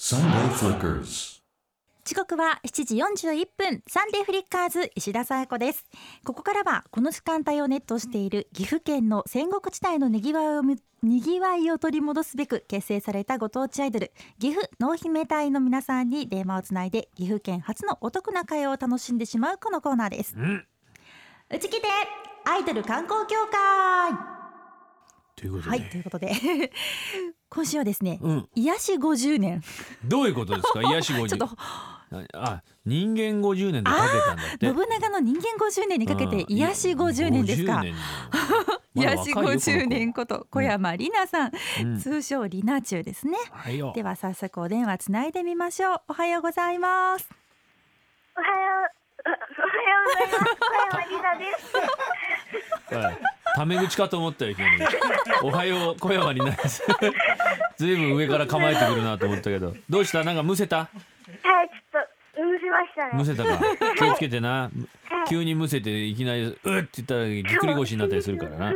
Sunday Flickers. 時刻は7時41分サンデーフリッカーズ石田紗友子ですここからはこの時間帯をネットしている岐阜県の戦国地帯のにぎわいをむにぎわいを取り戻すべく結成されたご当地アイドル岐阜濃姫隊の皆さんに電話をつないで岐阜県初のお得な会を楽しんでしまうこのコーナーです、うちきてアイドル観光協会ということで、はいということで 今週はですね、うん、癒し50年どういうこと ですか癒し50ちょっとなあ人間50年でかけたんだって信長の人間50年にかけてうん癒し50年ですか50年だよまだ癒若しいよ50年 ここと小山里奈さん、の子うん通称里奈中ですねはいよでは早速お電話つないでみましょうおはようございますおはよう、おはようございます。小山里奈です。はいタメ口かと思ったよ急 におはよう小山にないです ずいぶん上から構えてくるなと思ったけどどうしたなんかむせたはい、ちょっと、むせましたむね。せたか気をつけてな急にむせていきなり「うっ!」って言ったらぎっくり腰になったりするからなはい。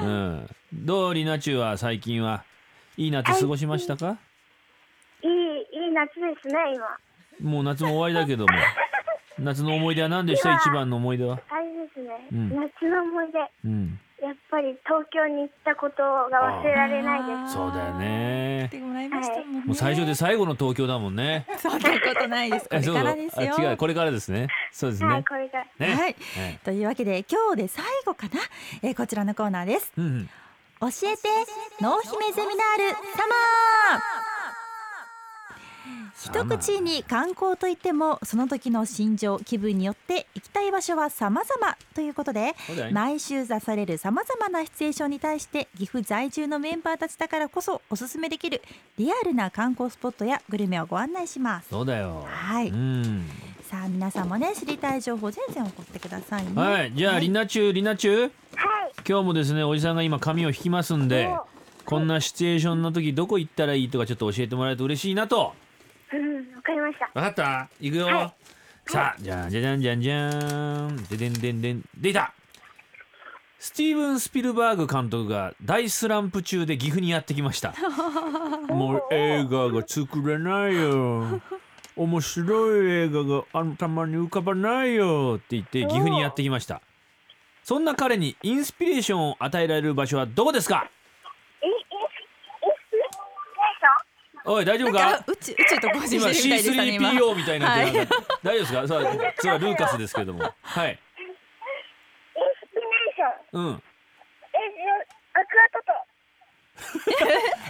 うんどうりなちゅうは最近はいい夏過ごしましたかいい、いい夏ですね、今。もう夏も終わりだけども夏の思い出は何でした一番の思い出はあれですね、うん夏の思い出。うんやっぱり東京に行ったことが忘れられないです。そうだよね来てもらいましたもんね、もう最初で最後の東京だもんねそんなことないですこ えれそうからですよあ違うこれからですねそうですはい、ねこれが。ねはいねというわけで今日で最後かな、えーこちらのコーナーですうんうん教えて濃姫ゼミナールサマー一口に観光といってもその時の心情気分によって行きたい場所は様々ということでそうだよね毎週出されるさまざまなシチュエーションに対して岐阜在住のメンバーたちだからこそおすすめできるリアルな観光スポットやグルメをご案内しますそうだよはいうんさあ皆さんもね知りたい情報全然送ってくださいねはいじゃありなちゅうりなちゅうはい、今日もですねおじさんが今髪を引きますんでおこんなシチュエーションの時どこ行ったらいいとかちょっと教えてもらえると嬉しいなとうん、わかりました。わかった行くよ、はさあじゃんじゃじゃんじゃんじゃんででんでんでんでいたスティーブン・スピルバーグ監督が大スランプ中で岐阜にやってきましたもう映画が作れないよ面白い映画が頭に浮かばないよって言って岐阜にやってきましたそんな彼にインスピレーションを与えられる場所はどこですかえ、え、え、え、おい大丈夫なんかか宇宙宇宙と交信し今てるみたいでしたね今 C3PO みたいになってはるい大丈夫ですかさあそれはルーカスですけれどもはいインスピレーション。うんえ、アクアトト。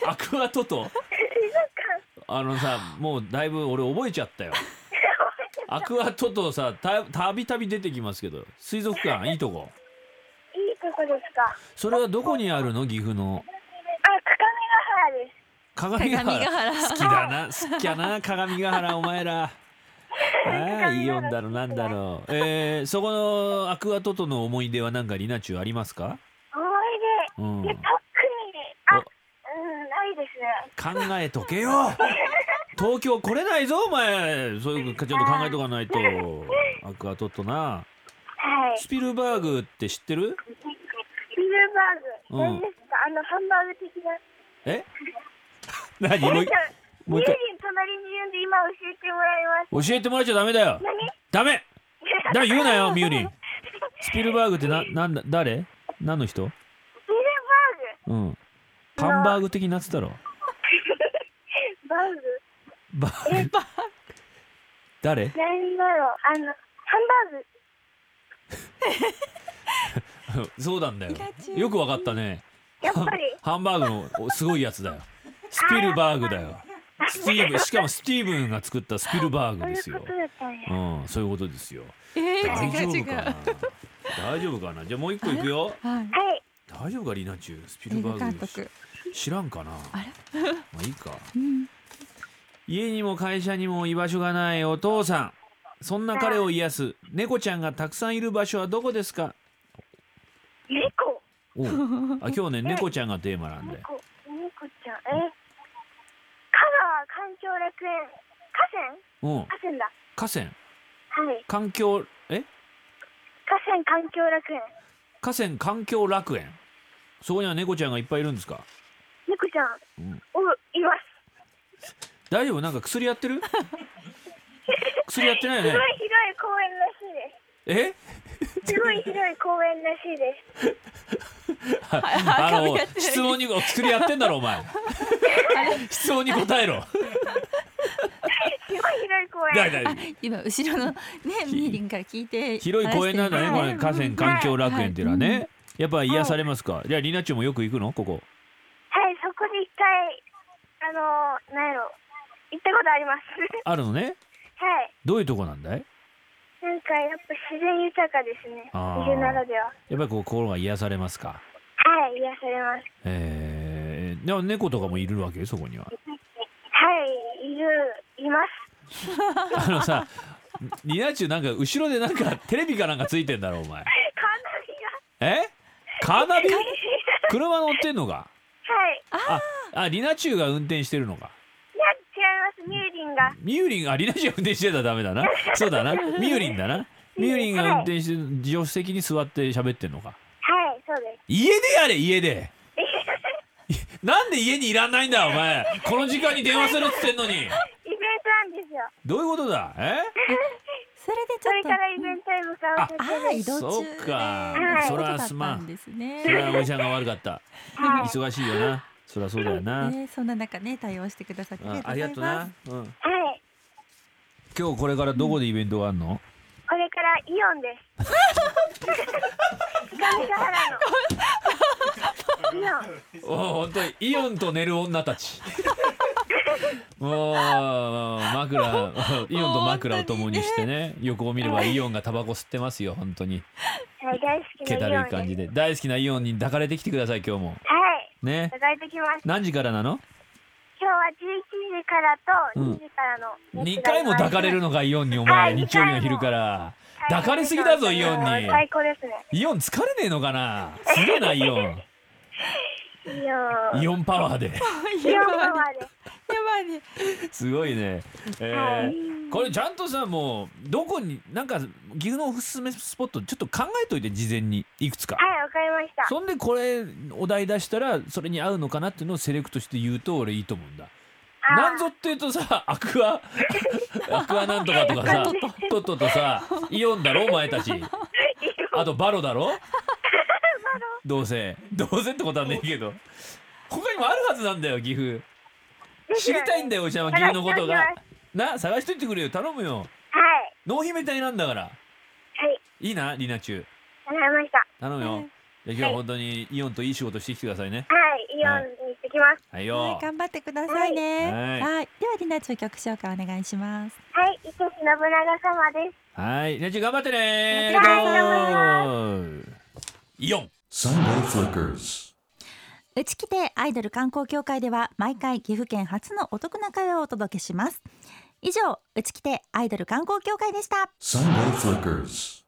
アクアトト水族館。あのさもうだいぶ俺覚えちゃったよアクアトトさたたびたび出てきますけど水族館いいとこいいとこですか。あ、それはどこにあるの岐阜の高見ヶ原鏡ヶです。鏡ヶ原原好きだな好きやな鏡ヶ原お前らああイオンだろなんだろうえー、そこのアクアトトの思い出はなんかリナチュウありますか思ういん出。いや、特に、あ、うん、ないです考ね。えとけよ東京来れないぞお前そういうかちょっと考えとかないとアクアトットなはい。スピルバーグって知ってるビルバうんーグ、何ですか、あのハンバーグ的な。え何もう一じゃあ、もう友一人隣にいるんで、今教えてもらいます。回教えてもらっちゃダメだよ何ダメだ言うな よミューリンスピルバーグってななんだ誰何の人ビうルんハンバーグ的になってたろバーグバー グバーグ 誰 何だろうあの、ハンバーグそうなんだよラチュウよくわかったねやっぱ り、ハンバーグのおすごいやつだよスピルバーグだよスティーブンしかもスティーブンが作ったスピルバーグそうですよいうことだったんや。うんそういうことですよえー大丈違う違夫うかな大丈夫かなじゃあもう一個いくよはいはい。大丈夫かリナチュウスピル映バ画ー監グ督知らんかなあれまあいいかうん家にも会社にも居場所がないお父さんそんな彼を癒す猫ちゃんがたくさんいる場所はどこですか猫おうあ今日ね猫ちゃんがテーマなんで猫、猫ちゃん。え香川環境楽園、河川うん河川だ。河川はい。環境え河川環境楽園。河川環境楽園そこには猫ちゃんがいっぱいいるんですか猫ちゃんうん、お、います。大丈夫なんか薬やってる 薬やってないすよごねい広い公園らしいでえす。すごい広い公園らしいです。やあのってない質問にお作りやってんだろお前質問に答えろすごい広い公だい園。だい今後ろのねミーリンから聞いて広い公園なんだねこ話しれて河川環境楽園っていうのはねやっぱ癒されますかじゃあリナチュウもよく行くのここはい、そこで一回、あのー、なんやろ、行ったことあります。 あるのねはい。どういうとこなんだいなんかやっぱ自然豊かですね。あー自然ならでは。やっぱりこう心が癒されますかはい、癒されます。えー、でも猫とかもいるわけそこにははい、いる、います。あのさリナチュウなんか後ろでなんかテレビかなんかついてんだろお前カーナビが。えカーナビ車乗ってんのかはい。ああリナチュウが運転してるのかいや、違います。ミューリンが。ミューリンあリナチュウが運転してたらダメだなそうだなミューリンだなミューリンが運転して助手席に座って喋ってんのかはい、そうです。家でやれ家でなんで家にいらんないんだお前この時間に電話するっつってんのにイベントなんですよ。どういうことだえそれでちそれょっとからイベントへ向かうあ予あ移定です。動中そうかでそらすまんそうだったですねそれはおじちゃんが悪かったはい。忙しいよなそりゃそうだよな、ねそんな中ね対応してくださってああありりががとうござとういまなす、うん、はい。今日これからどこでイベントがあるの、これからイオンです。上ヶ原の。イオン。おお本当にイオンと寝る女たちもう枕イオンと枕を共にしてね横を見ればイオンがタバコ吸ってますよ本当にはい、大好き 気だなるいイオンです。感じで大好きなイオンに抱かれてきてください今日もはい。ねいただいてきます。何時からなの今日は11時からうとん2時からの、 2回も抱かれるの。のかイオンにおは前い日曜日の昼から抱かれすぎだぞイオンに最高ですね。イオン疲れねえのかなすげえなイオンイオン。イオンパワーでイオンやパばいねワーです。やばいねすごいね、えー、これちゃんとさもうどこになんか岐阜のおすすめスポットちょっと考えといて事前にいくつかはい、わかりました。そんでこれお題出したらそれに合うのかなっていうのをセレクトして言うと俺いいと思うんだあーなんぞっていうとさアク アアクアなんとかとかさトットとさイオンだろお前たちあとバロ だろどうせどうせってことはねえけど他にもあるはずなんだよ岐阜知りたいんだよおじちゃんは岐阜のことが探してな探しといてくれよ頼むよはい。濃姫隊なんだからはい。いいなリナチュウわかりました。頼むよじゃあ今日は本当にイオンといい仕事してきてくださいねはい、イオンに行ってきます。はいはよい頑張ってくださいねはいはいではりなちゅう曲紹介お願いしますはい、伊勢信長様です。はい、レッチ頑張ってね頑張イオン Sunday Flickers. うちきてアイドル観光協会では毎回岐阜県初のお得な会話をお届けします以上うちきてアイドル観光協会でした Sunday Flickers.